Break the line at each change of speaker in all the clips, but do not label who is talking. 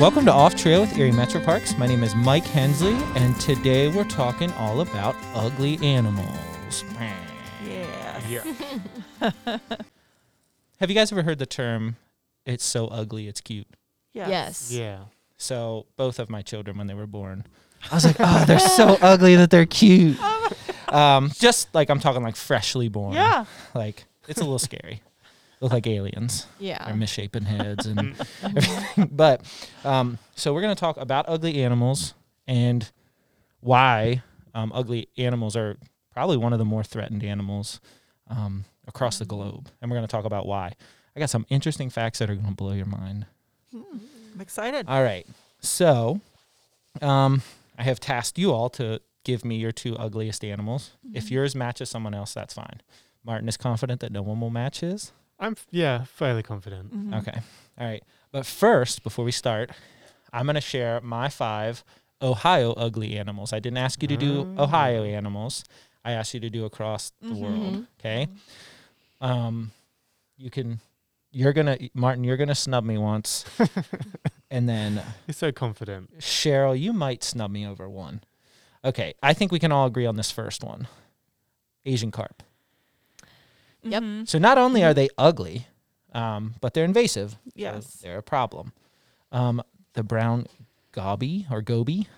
Welcome to Off Trail with Erie Metro Parks. My name is Mike Hensley, and today we're talking all about ugly animals.
Yeah.
Yeah. Have you guys ever heard the term, it's so ugly, it's cute?
Yes.
Yeah.
So, both of my children, when they were born, I was like, oh, they're so ugly that they're cute. Um, just like I'm talking like freshly born.
Yeah.
Like, it's a little scary. Look like aliens.
Yeah.
their misshapen heads and everything. But um, so we're going to talk about ugly animals and why um, ugly animals are probably one of the more threatened animals um, across the globe. And we're going to talk about why. I got some interesting facts that are going to blow your mind.
I'm excited.
All right. So um, I have tasked you all to give me your two ugliest animals. If yours matches someone else, that's fine. Martin is confident that no one will match his.
I'm f- yeah, fairly confident.
Mm-hmm. Mm.
Okay. All right. But first, before we start, I'm going to share my five Ohio ugly animals. I didn't ask you to do Ohio animals. I asked you to do across the world. Okay. Um, you can, you're going to, Martin, you're going to snub me once. and then
He's so confident.
Cheryl, you might snub me over one. Okay. I think we can all agree on this first one Asian carp.
Yep.
Mm-hmm.
So not only are they ugly, um, but they're invasive. so
Yes.
they're a problem. Um, the brown goby or goby,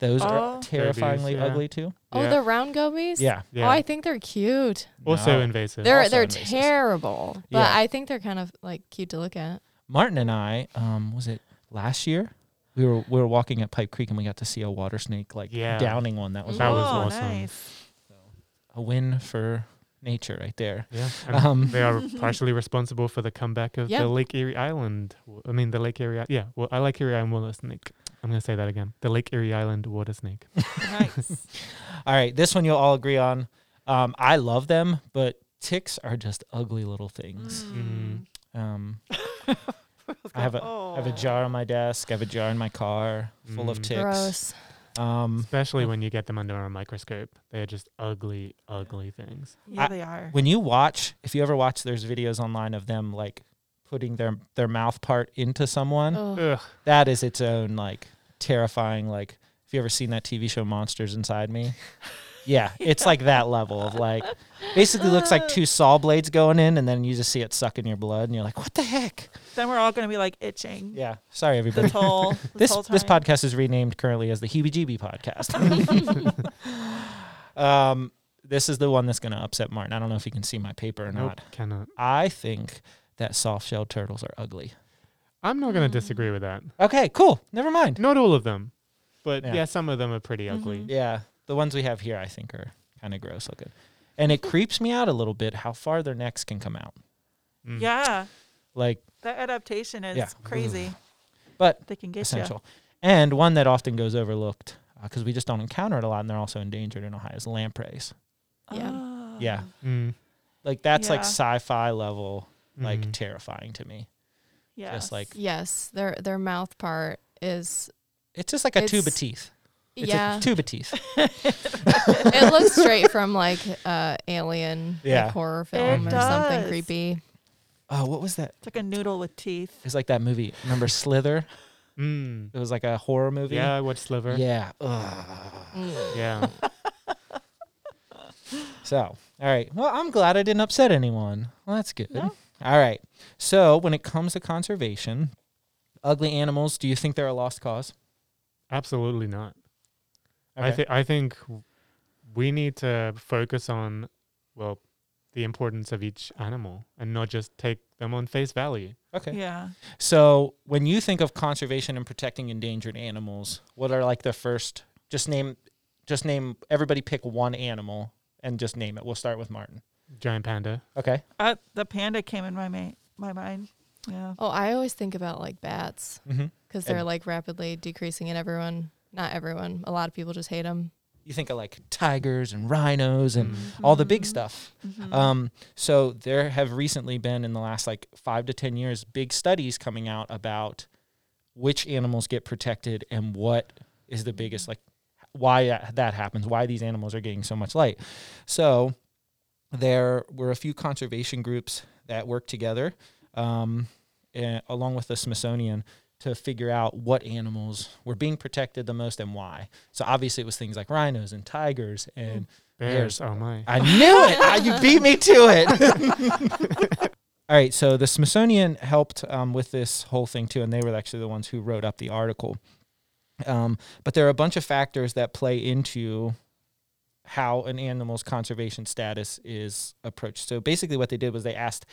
those
Oh.
are terrifyingly
Gobies, yeah.
ugly too.
Oh,
yeah.
the round gobies.
Yeah.
Oh,
Yeah.
I think they're cute.
also
No.
invasive.
They're
also
they're
invasive.
terrible, but
Yeah.
I think they're kind of like cute to look at.
Martin and I, um, was it last year? We were we were walking at Pipe Creek and we got to see a water snake like
Yeah.
downing one. That was
That
oh,
was awesome.
nice.
a win for nature right there.
yeah, and
Um,
they are partially responsible for the comeback of
Yeah.
the Lake Erie Island. wa- I mean, the Lake Erie. I- Yeah, well, I like Erie Island water snake. I'm gonna say that again. The Lake Erie Island water snake.
nice.
All right, this one you'll all agree on. Um, I love them, but ticks are just ugly little things.
Mm.
Um, I have a I have a
Oh.
jar on my desk. I have a jar in my car full of
Mm.
ticks.
Gross.
Um,
Especially when you get them under a microscope, they are just ugly, ugly things.
Yeah,
I-
they are.
when you watch, if you ever watch, there's videos online of them like putting their their mouth part into someone.
Ugh.
Ugh.
That is its own like terrifying. Like, if you ever seen that TV show Monsters Inside Me? Yeah, it's like that level of like, basically looks like two saw blades going in, and then you just see it sucking your blood, and you're like, what the heck?
Then we're all going to be like itching.
Yeah, sorry everybody.
This whole this,
this
whole time.
this podcast is renamed currently as the Heebie Jeebie podcast. um, this is the one that's going to upset Martin. I don't know if you can see my paper or
Nope,
not.
cannot.
I think that soft shelled turtles are ugly.
I'm not
Mm.
gonna disagree with that.
Okay, cool. Never mind.
Not all of them, but
Yeah.
yeah, some of them are pretty
Mm-hmm.
ugly.
Yeah, the ones we have here, I think, are kind of gross looking. And it creeps me out a little bit how far their necks can come out.
Mm.
Yeah,
Like,
that adaptation is
Yeah. Mm.
crazy.
but
They can get you.
essential. And one that often goes overlooked because we just don't encounter it a lot, and they're also endangered in Ohio is lampreys.
Yeah.
Oh.
Yeah,
Mm.
like that's like
Yeah.
sci-fi level, like
Mhm.
terrifying to me.
Yes.
Just like
Yes, their their mouth part is
it's just like a tube of
It's-
teeth. It's
yeah.
a tube of teeth.
it looks straight from like uh alien
Yeah.
like horror
It
film or something
does.
creepy.
Oh, what was that?
it's like a noodle with teeth.
It's like that movie. Remember Slither?
Mm.
It was like a horror movie.
Yeah, I watched Sliver.
Yeah. Ugh.
Mm.
yeah.
So, all right. Well, I'm glad I didn't upset anyone. Well, that's good.
No.
All right. So, when it comes to conservation, ugly animals, do you think they're a lost cause?
Absolutely not. I
Okay.
think I think w- we need to focus on well the importance of each animal and not just take them on face value.
Okay.
Yeah.
So, when you think of conservation and protecting endangered animals, what are like the first just name just name everybody pick one animal and just name it. We'll start with Martin.
Giant panda.
Okay.
Uh, the panda came in my ma- my mind. Yeah.
Oh, I always think about like bats
Mm-hmm.
Mhm.
because they're
And-
like rapidly decreasing in everyone. Not everyone. A lot of people just hate them.
You think of like tigers and rhinos and all the big stuff. Um, so there have recently been in the last like five to ten years big studies coming out about which animals get protected and what is the biggest like why that, that happens, why these animals are getting so much light. So there were a few conservation groups that worked together, um, eh, along with the Smithsonian, to figure out what animals were being protected the most and why. So obviously it was things like rhinos and tigers and
Bears, oh my.
I knew it. Ah, you beat me to it. All right. So the Smithsonian helped um, with this whole thing too, and they were actually the ones who wrote up the article. Um, but there are a bunch of factors that play into how an animal's conservation status is approached. So basically, what they did was they asked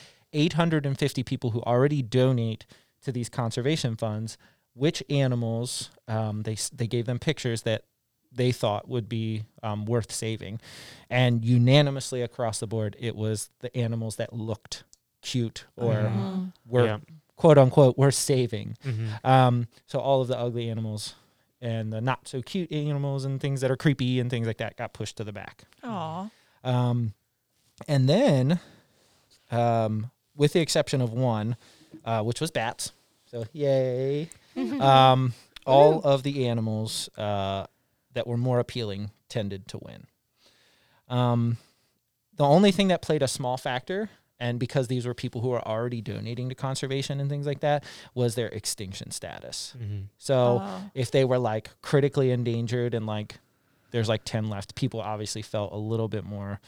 850 people who already donate to these conservation funds which animals um, they s- they gave them pictures that they thought would be um, worth saving, and unanimously across the board, it was the animals that looked cute or
Mhm.
Mm.
were
Yeah.
quote unquote worth saving.
Mhm.
Um, so all of the ugly animals and the not so cute animals and things that are creepy and things like that got pushed to the back.
Aw.
Um, and then, um, with the exception of one, uh, which was bats, so yay,
Mm-hmm.
um, all of the animals uh, that were more appealing tended to win. Um, the only thing that played a small factor, and because these were people who are already donating to conservation and things like that, was their extinction status.
Mhm.
So
Oh.
if they were like critically endangered and like there's like 10 left people obviously felt a little bit more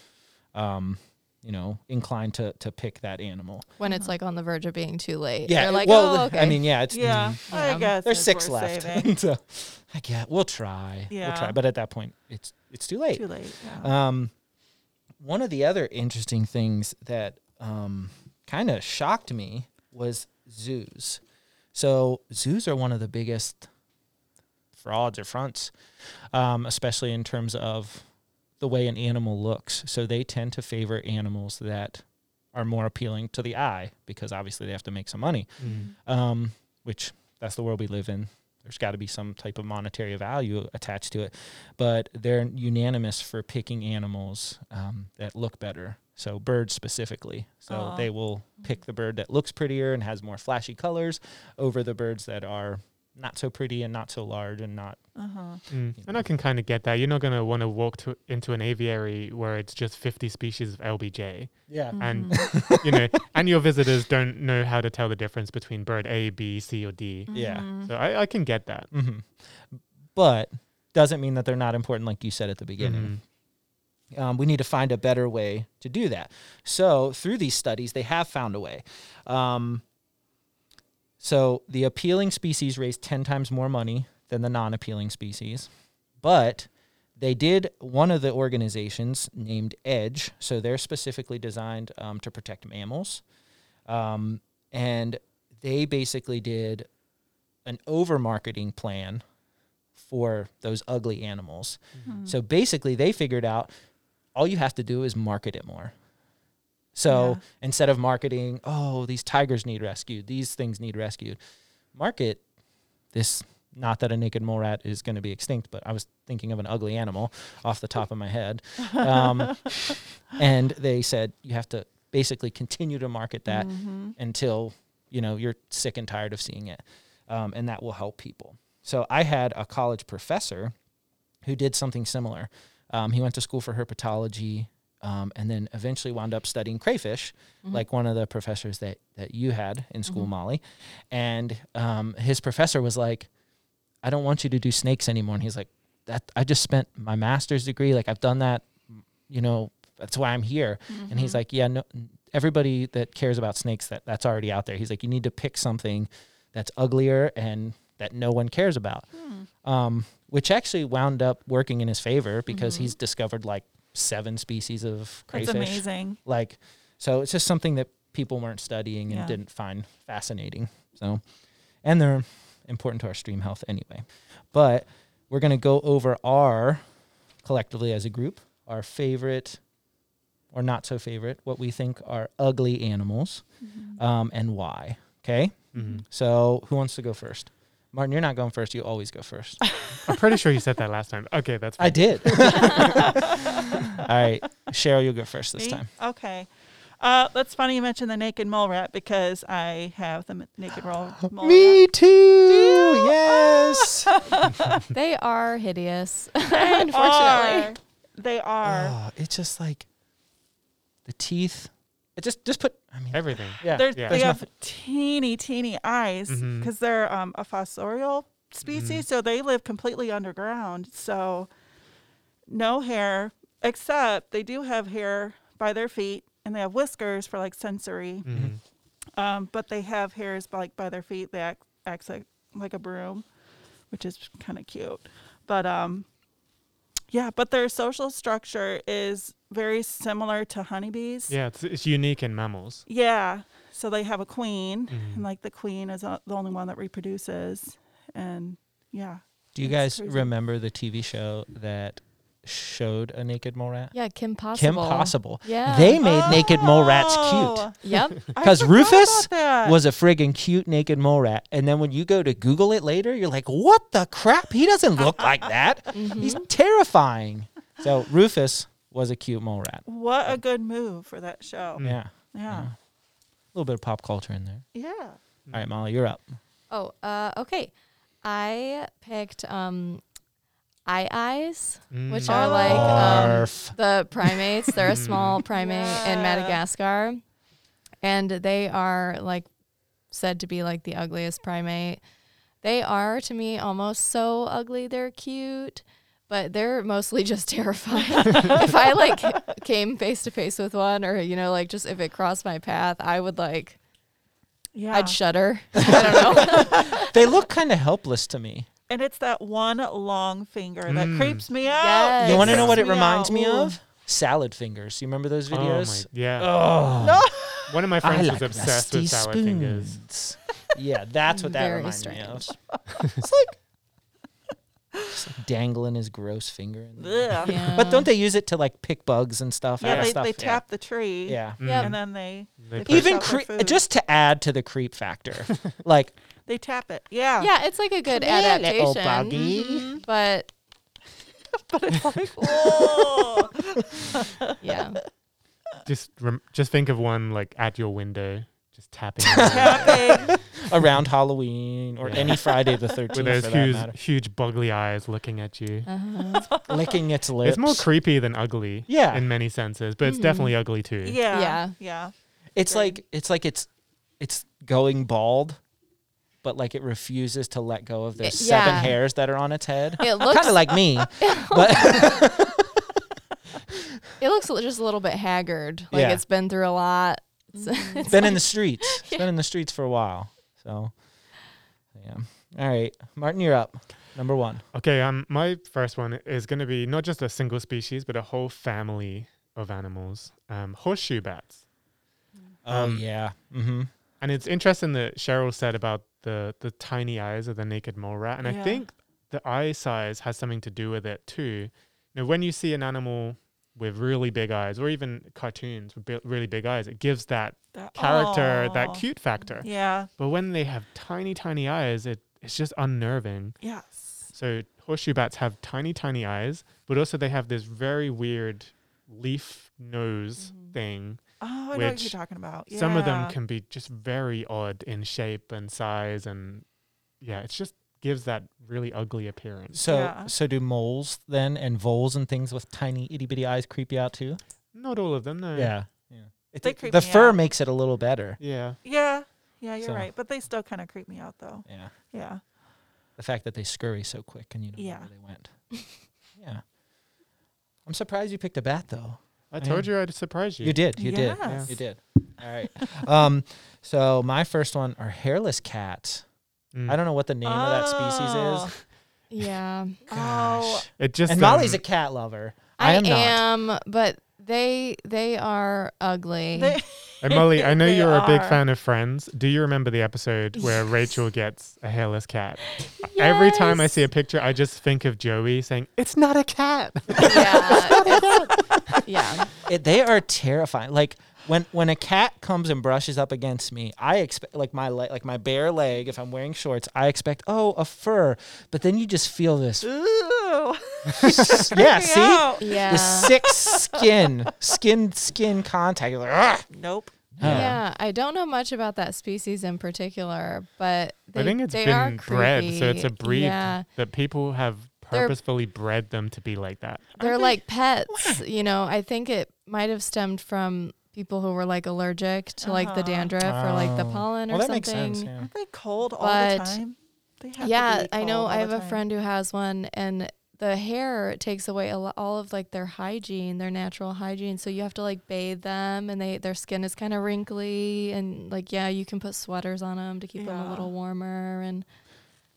um you know inclined to to pick that animal
when it's like on the verge of being too late.
Uh-huh. yeah
They're like,
well
oh, okay.
i mean yeah it's
Yeah. I
Yeah.
guess
there's
it's
six
worth
left
saving.
so i get we'll try we'll
Yeah.
try but at that point it's it's too late
Too late. Yeah.
um, one of the other interesting things that um, kind of shocked me was zoos. So zoos are one of the biggest frauds or fronts, um, especially in terms of the way an animal looks. So they tend to favor animals that are more appealing to the eye because obviously they have to make some money
Mhm.
um, which that's the world we live in. There's got to be some type of monetary value attached to it, but they're unanimous for picking animals um, that look better. So birds specifically. So
Aw.
they will pick the bird that looks prettier and has more flashy colors over the birds that are not so pretty and not so large and not
uh-huh.
Mm.
You
And I can kind of get that. You're not going to want to walk to, into an aviary where it's just 50 species of LBJ.
yeah
And-
Mhm.
Mm-hmm.
you know, and your visitors don't know how to tell the difference between bird A, B, C, or D.
Yeah.
Mhm.
So I, I can get that.
hmm But doesn't mean that they're not important, like you said at the beginning.
Mhm.
Um, we need to find a better way to do that. So, through these studies, they have found a way. Um, so, the appealing species raised 10 times more money than the non appealing species. But they did one of the organizations named Edge. So, they're specifically designed um, to protect mammals. Um, and they basically did an over marketing plan for those ugly animals.
Mhm.
So basically, they figured out all you have to do is market it more. So
Yeah.
instead of marketing, oh, these tigers need rescued, these things need rescued, market this. Not that a naked mole rat is going to be extinct, but I was thinking of an ugly animal off the top of my head. Um, and they said you have to basically continue to market that
Mhm.
until you know you're sick and tired of seeing it um, and that will help people so i had a college professor who did something similar um, he went to school for herpetology um, and then eventually wound up studying crayfish like one of the professors that, that you had in school molly and um, his professor was like i don't want you to do snakes anymore and he's like that i just spent my master's degree like i've done that you know that's why i'm here and
Mm-hmm.
he's like yeah no everybody that cares about snakes that that's already out there he's like you need to pick something that's uglier and that no one cares about
Hmm.
um, which actually wound up working in his favor because he's discovered like seven species of
Mm-hmm. That's
crayfish
amazing.
like so it's just something that people weren't studying and
Yeah.
didn't find fascinating so and they're important to our stream health anyway but we're going to go over our collectively as a group our favorite or not so favorite what we think are ugly animals
Mm-hmm.
um, and why okay
Mhm.
so who wants to go first martin you're not going first you always go first
I'm pretty sure you said that last time. Okay, that's
i
fine.
did all right cheryl you'll go first this
Me?
time
Okay. Uh, that's funny you mentioned the naked mole rat because I have the m- naked mole, mole
Me too. Yes.
they are hideous,
rat.
unfortunately.
They are.
Ah. Oh, it's just like the teeth It just just put. I mean,
Everything.
yeah.
They're,
yeah.
They
There's Mm-hmm.
have teeny, teeny eyes because
Mhm.
they're um, a fossorial species, so they live completely underground. So no hair, except they do have hair by their feet, and they have whiskers for like sensory.
Mhm.
Um, but they have hairs like by their feet. They act, acts like, like a broom, which is kind of cute. But um, yeah, but their social structure is very similar to honeybees.
Yeah, it's, it's unique in mammals.
Yeah. So they have a queen,
Mhm.
and like the queen is uh, the only one that reproduces. And yeah.
Do you
That's
guys
crazy.
remember the TV show that showed a naked mole rat?
Yeah, Kim Possible.
Kim Possible.
Yeah.
They made naked mole rats cute.
Oh,
Yep.
I
'Cause
forgot
Rufus
about that.
Was a friggin' cute naked mole rat. And then when you go to Google it later, you're like, what the crap? He doesn't look like that.
Mm-hmm.
He's terrifying. So Rufus was a cute mole rat.
What a good move for that show.
Mm.
Yeah.
Yeah.
A little bit of pop culture in there.
Yeah.
All right, Molly, you're up.
Oh, uh, okay. I picked um, eye eyes, which
Mm.
are like um,
Barf.
the primates. They're a small primate
Yeah.
in Madagascar, and they are like said to be like the ugliest primate. They are to me almost so ugly. They're cute, but they're mostly just terrifying. if I like came face to face with one, or you know, like just if it crossed my path, I would like
Yeah.
I'd shudder. I don't know.
They look kind of helpless to me.
and it's that one long finger that
Mm.
creeps me out.
Yes.
You want to
Yes.
know what it
Creeps me
reminds
out.
me
Ooh.
of? Salad fingers. You remember those
Oh my-
videos?
yeah.
Oh,
One of my
I
friends
like
was obsessed
rusty
with sour fingers.
spoons. yeah, that's what that
Very
reminds me of.
strange.
It's like just like dangling his gross finger. In there.
Ugh. Yeah.
But don't they use it to like pick bugs and stuff? out of
they,
stuff?
they
Yeah.
tap the tree.
Yeah. Mm-hmm.
Mm.
Yep.
And then they
They
they
push
push
Even
out their
cre-
food.
just to add to the creep factor, like
they tap it. Yeah.
yeah, it's like a good
"Come here, little
adaptation.
buggy."
But
Oh.
yeah,
Just rem- just think of one like at your window, just tapping
Tapping.
around Halloween or
Yeah.
any Friday the
with
thirteenth,
those
for that
huge,
matter,
huge boggly eyes looking at you.
uh-huh.
licking its lips.
It's more creepy than ugly.
Yeah. Mm-hmm.
In many senses, but it's
Mhm.
definitely ugly too.
Yeah.
Yeah.
Yeah.
It's
Good.
like it's like it's it's going bald, but like it refuses to let go of those
It-
seven
yeah.
hairs that are on its head.
it
Kind
looks
of like me, but
it looks li- just a little bit haggard. Like
Yeah.
it's been through a lot. It's,
Mm-hmm.
it's
been in the streets. It's been in the streets for a while. So, yeah. All right, Martin, you're up. Number one.
Okay, um, my first one is going to be not just a single species, but a whole family of animals. Um, horseshoe bats,
Oh
Um,
yeah. Mm-hmm.
and it's interesting that Cheryl said about the the tiny eyes of the naked mole rat, and
Yeah.
I think the eye size has something to do with it too. You know, when you see an animal with really big eyes, or even cartoons with bi- really big eyes, it gives that
That-
character,
Aw.
that cute factor.
Yeah.
But when they have tiny, tiny eyes, it it's just unnerving.
Yes.
So horseshoe bats have tiny, tiny eyes, but also they have this very weird leaf nose thing.
Oh, I know what you're
Which
talking about.
Some of them
Yeah.
can be just very odd in shape and size, and yeah, it just gives that really ugly appearance.
So
Yeah.
so do moles then and voles and things with tiny itty bitty eyes creep you out too?
Not all of them, though.
Yeah. Yeah.
They
It-
creep
the
me
fur
out.
makes it a little better.
Yeah.
Yeah. Yeah, you're
So-
right. But they still kind of creep me out, though.
Yeah.
Yeah.
the fact that they scurry so quick and you don't
Yeah.
know where they went. yeah. I'm surprised you picked a bat though.
I
I
told
am-
you I'd surprise you.
You did. You did.
Yes.
You did. All right. Um so my first one are hairless cats.
Mm.
I don't know what the name of that species is.
yeah.
Oh.
Gosh.
It just
and Molly's a
um,
cat lover. I,
I,
am, not.
am, but they they are ugly.
They,
and Molly. I know
They
you're a big
are.
fan of Friends. Do you remember the episode where Rachel gets a hairless cat? Every time I
Yes.
see a picture, I just think of Joey saying, "It's not a cat."
yeah, it's- yeah.
It, they are terrifying. Like when when a cat comes and brushes up against me, I expect like my leg, like my bare leg. If I'm wearing shorts, I expect oh a fur. But then you just feel this.
ooh.
yeah,
me
see,
out.
the
Yeah.
six skin skin skin contact. You're like, "Ugh."
Nope.
Oh.
No.
Yeah, I don't know much about that species in particular, but they,
I think it's
they are
been bred, so it's a
creepy.
breed
Yeah,
that people have
They're-
purposefully bred them to be like that.
they're like pets. You know, I think it might have stemmed from people who were like allergic to like
Uh-huh.
the dandruff or like the
Oh.
pollen or
well, that
something.
makes sense. Yeah.
Aren't they cold all
But-
the time? They have to
yeah
be
i
cold
know
all
i
the
have a
time.
friend who has one and the hair takes away a lo- all of like their hygiene their natural hygiene so you have to like bathe them and they their skin is kind of wrinkly and like yeah you can put sweaters on them to keep them a
Yeah.
little warmer and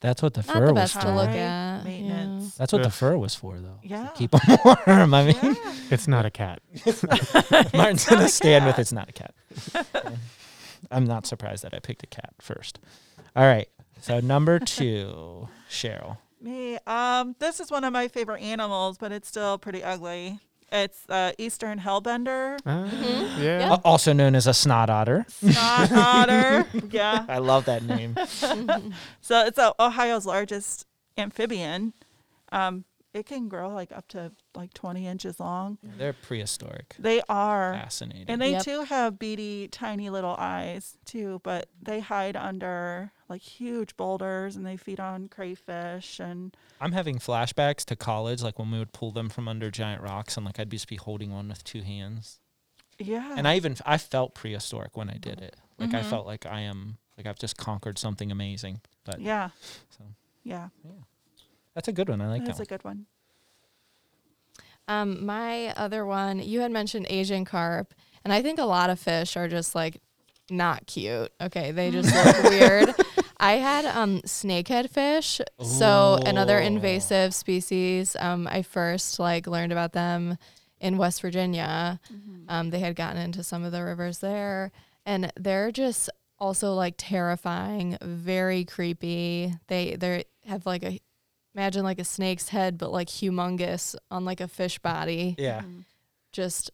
That's what the
Not
fur
the
was
best to
for.
look
High
at yeah.
Maintenance.
That's what the
Ugh.
fur was for, though. to
Yeah.
Keep them warm. I mean,
Yeah.
It's not a cat.
Martin's going to
a
stand with
cat.
it's not a cat. I'm not surprised that I picked a cat first. All right. So, number two, Cheryl.
Me. Um, this is one of my favorite animals, but it's still pretty ugly. It's uh, Eastern Hellbender,
Ah,
Mhm.
Yeah.
Yeah.
a- uh, Also known as a snot otter.
snot otter. Yeah.
I love that name.
So it's uh, Ohio's largest amphibian. Um, it can grow like up to like 20 inches long.
They're prehistoric.
They are.
Fascinating.
And they
Yep.
too have beady, tiny little eyes too, but they hide under like huge boulders and they feed on crayfish and
I'm having flashbacks to college, like when we would pull them from under giant rocks, and like I'd just be holding one with two hands.
yeah.
And I even I felt prehistoric when I did it. Like I
Mhm.
felt like I am like I've just conquered something amazing. But
yeah.
so
Yeah.
that's a good one. I like
That's a
that.
good one.
um my other one you had mentioned asian carp and i think a lot of fish are just like not cute okay they just look weird i had um snakehead fish so another
Ooh.
invasive species um i first like learned about them in west virginia um they had gotten into some of the rivers there and they're just also like terrifying very creepy they they have like a imagine like a snake's head but like humongous on like a fish body
one. Yeah.
Mm-hmm.
Uh,
just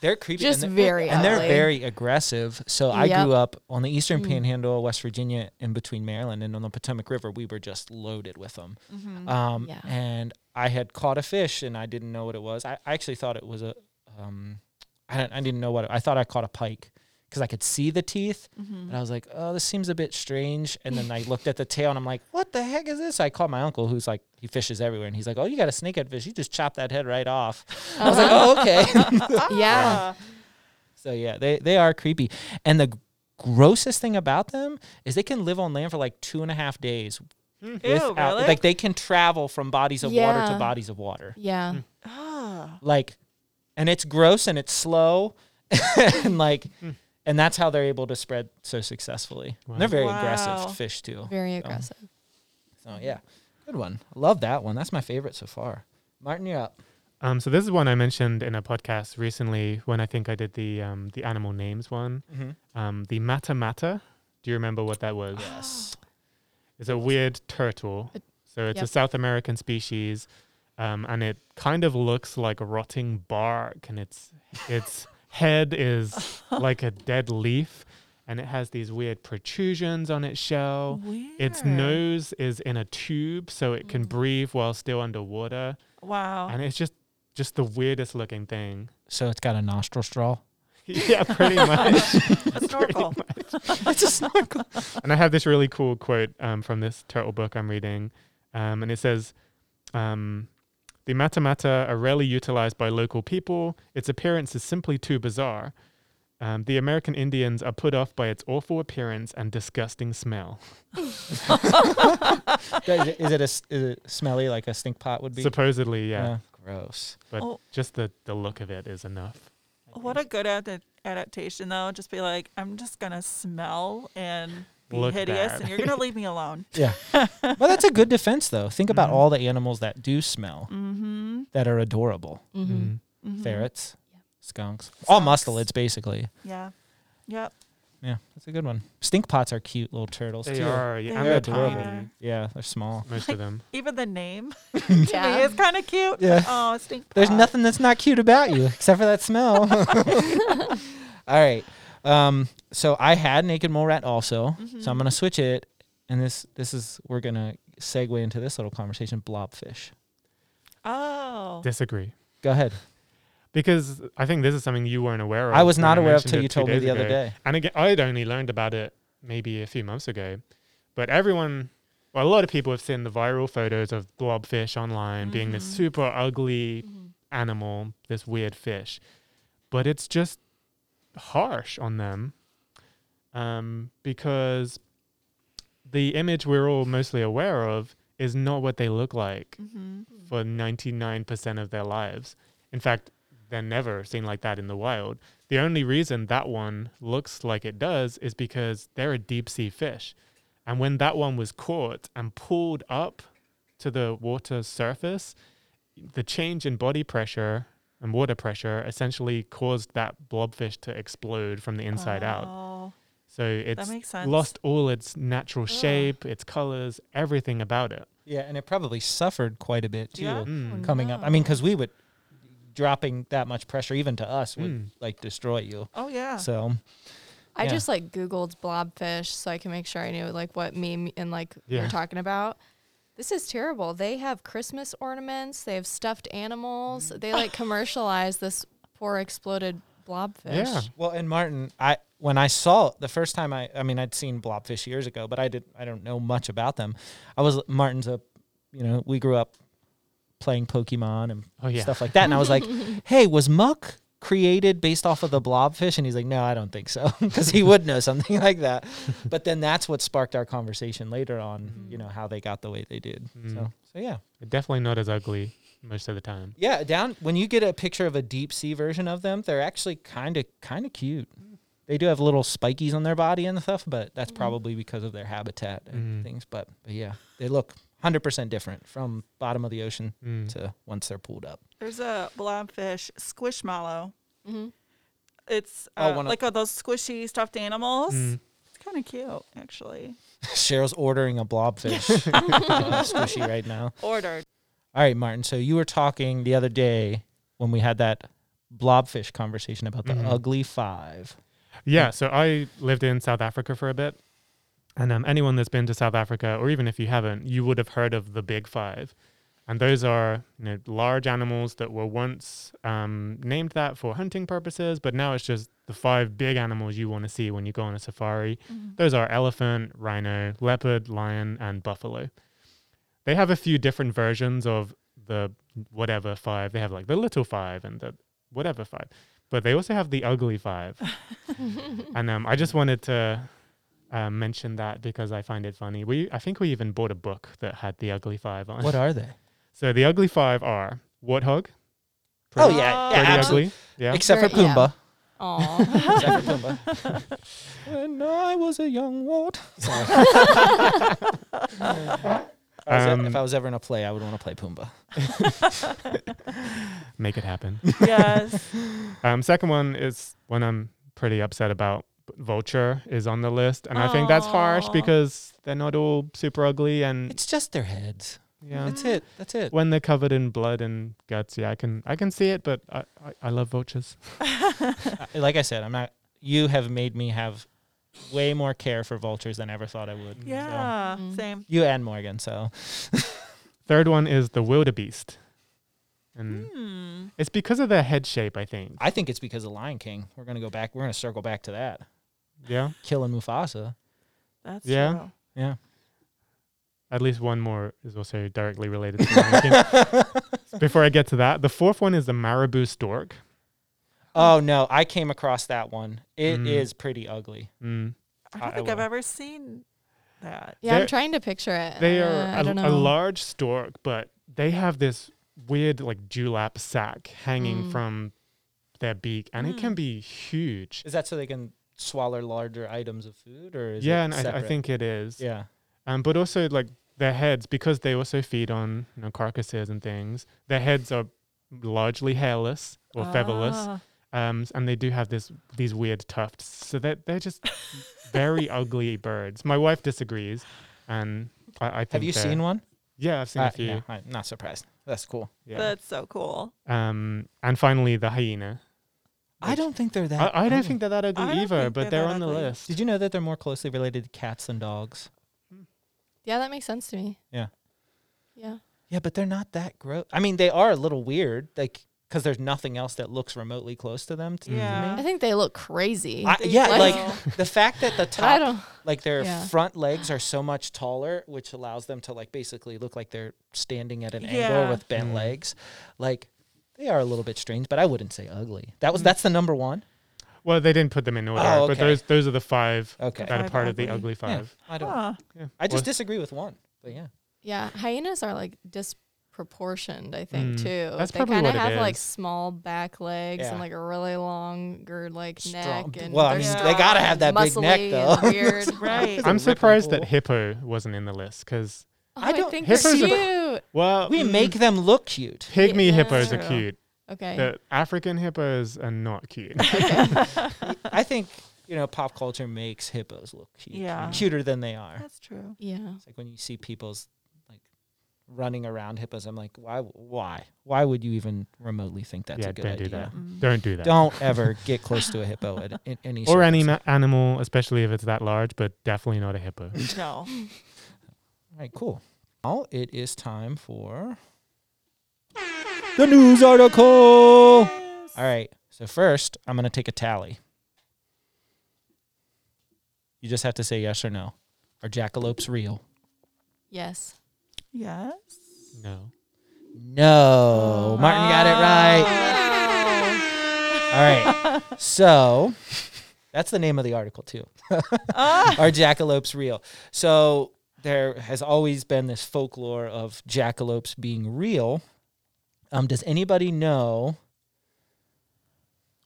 They're creepy.
just
and they're,
very
and they're
ugly.
very aggressive. So I
Yep.
grew up on the eastern panhandle, West Virginia, in between Maryland, and on the Potomac River, we were just loaded with them.
Mm-hmm.
Um,
Yeah.
And I had caught a fish, and I didn't know what it was. I, I actually thought it was a, um, I, don't- I didn't know what it, I thought I caught a pike because I could see the teeth, and I was like, oh, this seems a bit strange. And then I looked at the tail, and I'm like, what the heck is this? I called my uncle, who's like, he fishes everywhere, and he's like, oh, you got a snakehead fish? You just chop that head right off. I was like, oh, okay.
yeah
uh,
Ah,
So yeah, they they are creepy. And the g- grossest thing about them is they can live on land for like two and a half days. without-
Mm-hmm. really?
Like they can travel from bodies of water
Yeah.
to bodies of water.
yeah
ah.
Like, and it's gross and it's slow, and like,
Hmm.
and that's how they're able to spread so successfully. And They're very
Wow.
aggressive fish too.
very
So-
aggressive
So, yeah, good one. Love that one. That's my favorite so far. Martin, you're up.
Um, so this is one I mentioned in a podcast recently when I think I did the um, the animal names one.
Mhm.
Um, the mata mata. Do you remember what that was?
Yes.
It's a weird turtle.
It-
So it's
yep.
a South American species, um, and it kind of looks like rotting bark, and its its head is like a dead leaf, and it has these weird protrusions on its shell. Its
Weird.
nose is in a tube, so it
Mm.
can breathe while still underwater,
Oh.
Wow.
and it's just just the weirdest looking thing.
So it's got a nostril straw.
yeah, pretty much.
A snorkel.
It's a snorkel.
and I have this really cool quote um, from this turtle book I'm reading, um, and it says, um, "The matamata are rarely utilized by local people. Its appearance is simply too bizarre." Um, the American Indians are put off by its awful appearance and disgusting smell.
is, it, is it a s- is it smelly like a stink pot would be?
Supposedly, yeah,
Oh, gross.
but
Oh.
just the, the look of it is enough.
What a good ad- adaptation, though. Just be like, I'm just gonna smell and be
Look
hideous,
bad.
and you're gonna leave me alone.
Yeah. well, that's a good defense, though. Think about
Mhm.
all the animals that do smell
Mm-hmm.
that are adorable
hmm
Mm.
mm-hmm.
ferrets, skunks, all
Skunks.
mustelids, basically.
Yeah. Yep.
Yeah, that's a good one. Stink pots are cute little turtles,
They
too.
are,
They
yeah,
They're
and
are
they're
adorable.
tiny.
Yeah, they're small.
Most of them.
Even the name to me
Mm-hmm. yeah
is kind of cute.
Yeah.
Oh, stink.
There's
pot.
nothing that's not cute about you except for that smell. all right. Um, so I had naked mole rat also. So I'm
Mm-hmm.
gonna switch it, and this this is we're gonna segue into this little conversation. Blobfish.
Oh.
Disagree.
Go ahead.
Because I think this is something you weren't aware of.
I was
when
not aware of
mentioned
till
it
you
two
told me
days
the other
ago.
day.
And again, I'd only learned about it maybe a few months ago. But everyone, well, a lot of people have seen the viral photos of blobfish online being this
Mhm.
super ugly animal, this weird fish. But it's just harsh on them um, because the image we're all mostly aware of is not what they look like
Mm-hmm.
for 99% of their lives. In fact, they're never seen like that in the wild. The only reason that one looks like it does is because they're a deep sea fish. And when that one was caught and pulled up to the water surface, the change in body pressure and water pressure essentially caused that blobfish to explode from the inside out. So
That
it's
makes sense.
lost all its natural shape, its colors, everything about it.
Yeah, and it probably suffered quite a bit too
Yeah.
Mm.
coming up. I mean, because we would dropping that much pressure even to us would
Mm.
like destroy you.
Oh yeah.
So
I
Yeah.
just like Googled blobfish so I can make sure I knew like what meme and like we
Yeah.
are talking about. This is terrible. They have Christmas ornaments. They have stuffed animals.
Mm.
They like commercialize this poor exploded blobfish.
Yeah.
Well, and Martin, I when I saw the first time I I mean I'd seen blobfish years ago, but I did I don't know much about them. I was Martin's a you know, we grew up playing Pokemon and
Oh, yeah.
stuff like that and I was like, "Hey, was Muck created based off of the blobfish?" And he's like, "No, I don't think so." Cuz he would know something like that. But then that's what sparked our conversation later on,
Mm-hmm.
you know, how they got the way they did. So, so yeah.
Definitely not as ugly most of the time.
Yeah, down when you get a picture of a deep sea version of them, they're actually kind of kind of cute. They do have little spikies on their body and stuff, but that's probably because of their habitat and
Mm.
things. But, but yeah, they look 100% different from bottom of the ocean
Mm.
to once they're pulled up.
There's a blobfish squishmallow.
Mhm.
It's
Oh,
uh,
one of-
like all those squishy stuffed animals.
Mm.
It's kind of cute, actually.
Cheryl's ordering a blobfish uh, squishy right now.
Ordered.
All right, Martin. So you were talking the other day when we had that blobfish conversation about the
Mhm.
ugly five.
Yeah, so I lived in South Africa for a bit. And um, anyone that's been to South Africa, or even if you haven't, you would have heard of the Big Five. And those are you know, large animals that were once um, named that for hunting purposes, but now it's just the five big animals you want to see when you go on a safari. Those are elephant, rhino, leopard, lion, and buffalo. They have a few different versions of the whatever five. They have like the little five and the whatever five, but they also have the ugly five. and um, I just wanted to uh, mention that because I find it funny. We I think we even bought a book that had the ugly five on.
What are they?
so the ugly five are warthog.
Oh,
pretty-
yeah.
pretty
yeah absolutely.
ugly. Yeah.
Except for
Very- yeah.
Pumbaa.
Aw.
Except for Pumbaa. when I was a young wart. if, I was e-
Um,
if I was ever in a play, I would want to play Pumbaa.
Make it happen.
yes.
Um, second one is one I'm pretty upset about. but Vulture is on the list, and I think that's harsh
Aw.
because they're not all super ugly, and
It's just their heads.
yeah,
That's it. That's it.
when they're covered in blood and guts, yeah, I can I can see it, but I I, I love vultures.
I- like I said, I'm not. You have made me have way more care for vultures than I ever thought I would. so.
Yeah.
Mm.
Same.
You and Morgan, so
Third one is the wildebeest, and
Hmm.
It's because of their head shape, I think.
I think it's because of Lion King. We're gonna go back. We're gonna circle back to that.
Yeah.
Killing Mufasa.
That's
Yeah.
true.
Yeah.
At least one more is also directly related to Lion King. Before I get to that, the fourth one is the marabou stork.
Oh no, I came across that one. It is
Mm.
pretty ugly.
Mm.
I
I-
don't
I
think I've
will.
ever seen that.
yeah, I'm
They're-
trying to picture it.
They
Uh,
are
I
a-
don't
a,
know.
large stork, but they have this weird like dewlap sack hanging
Mm.
from their beak, and it can be huge.
Is that so they can swallow larger items of food, or is
yeah,
it
and I, I
separate?
think it is.
yeah.
Um, but also like their heads, because they also feed on you know, carcasses and things. Their heads are largely hairless or featherless.
Ah.
um, s- and they do have this these weird tufts. So they're they're just very ugly birds. My wife disagrees, and I, I think
Have you
they're-
seen one?
Yeah, I've seen
Uh,
a few.
yeah, I'm not surprised. That's cool.
yeah.
That's so cool.
Um, and finally the hyena.
I don't think they're that.
I, I don't
ugly.
think they're that ugly
I don't
either,
think
but
they're
they're
that
on the
ugly.
list.
Did you know that they're more closely related to cats than dogs?
Yeah, that makes sense to me.
Yeah.
Yeah.
Yeah, but they're not that gross. I mean, they are a little weird, like because there's nothing else that looks remotely close to them. To
Yeah.
I think they look crazy.
I,
They
yeah,
do.
like the fact that the
But I
top,
don't.
like their
yeah.
front legs are so much taller, which allows them to like basically look like they're standing at an
Yeah.
angle with bent
Mm.
Mm.
legs. Like they are a little bit strange, but I wouldn't say ugly. That was that's the number one.
Well, they didn't put them in order,
Oh,
but
okay.
those those are the five
Okay.
that are
Five
part of the
ugly.
ugly five.
Yeah, I don't.
Huh.
Yeah.
I just
Well,
disagree with one. But yeah.
Yeah, hyenas are like disproportioned, I think,
Mm,
too.
that's
they
probably
kind of
what it
have like
is.
small back legs
Yeah.
and like a really longer like
Strong-
neck. And
well, I
they're
mean,
they
strong
gotta have
and
that big neck,
muscly
though.
and Weird.
Right.
a
I'm
rip and
surprised that
pull.
hippo wasn't in the list because
Oh,
I
I,
don't-
think they're
Hippos are-
cute.
well,
We
mm,
make them look cute.
pygmy
Yeah,
hippos are
true.
cute.
Okay.
The African hippos are not cute.
I think, you know, pop culture makes hippos look cute.
Yeah.
Cuter than they are.
That's true.
yeah.
It's like when you see people's like running around hippos, I'm like, why why? Why would you even remotely think that's
yeah,
a good
don't
idea?
do that.
Mm.
Don't do that.
Don't ever get close to a hippo at, in any
or any ma-
circumstance.
animal, especially if it's that large, but definitely not a hippo.
No.
All right, cool. Now it is time for the news article. All right. So first, I'm going to take a tally. You just have to say yes or no. Are jackalopes real?
Yes.
Yes.
no.
No. Martin got it right. All right. So that's the name of the article, too. Are jackalopes real? So there has always been this folklore of jackalopes being real. Um, does anybody know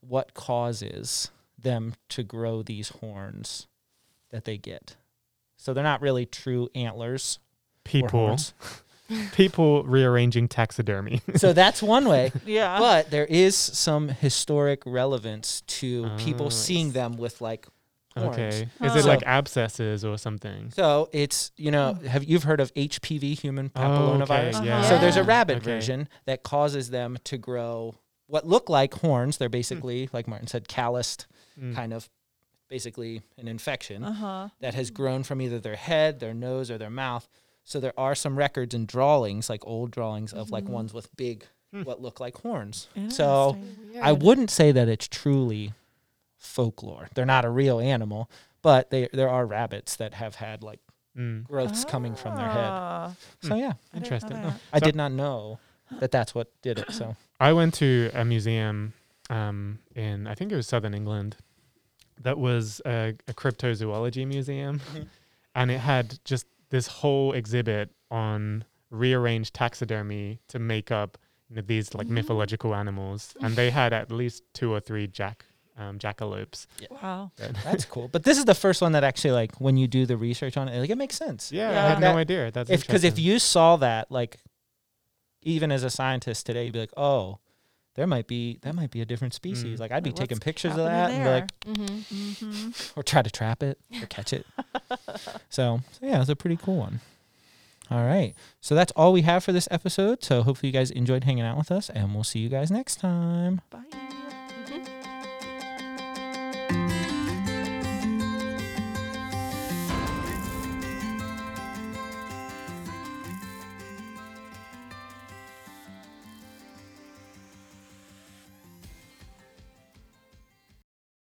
what causes them to grow these horns that they get? So they're not really true antlers. or
People,
horns.
people rearranging taxidermy.
So that's one way.
Yeah.
Ah.
but there is some historic relevance to people
Ah.
seeing them with like horns.
okay, is
Horns.
it like
Oh. So-
abscesses or something?
So it's you know have you've heard of HPV human papillomavirus?
Uh-huh. okay, Ah.
yeah.
So there's a
Yeah.
rabbit
Okay.
version that causes them to grow what look like horns.
Hmm.
They're basically like Martin said calloused
Mm.
kind of basically an infection
Ah.
Uh huh.
that has grown from either their head, their nose or their mouth. So there are some records and drawings like old drawings of like ones with big
Mm-hmm. Hmm.
what look like horns. So
Weird.
I wouldn't say that it's truly folklore. They're not a real animal, but they there are rabbits that have had like
Mm.
growths coming from their head.
Ah.
So yeah,
Interesting.
I
Ah. Hmm. So-
did not know that that's what did it. So
I went to a museum um, in, I think it was southern England, that was a, a cryptozoology museum.
Mm-hmm.
And it had just this whole exhibit on rearranged taxidermy to make up you know, these like mythological animals. And they had at least two or three jack um, jackalopes.
Wow.
that's cool. But this is the first one that actually like when you do the research on it, like it makes sense.
Yeah,
Yeah.
I had
That-
no idea. That's
If because if
interesting.
you saw that like even as a scientist today, you'd be like, oh, there might be that might be a different species.
Mm.
Like I'd be
Like,
taking
what's
pictures of
happening
that and be like
Mm-hmm.
Mm-hmm.
or try to trap it or catch it. so, so yeah, it's a pretty cool one. All right. So that's all we have for this episode. So hopefully you guys enjoyed hanging out with us and we'll see you guys next time.
Bye.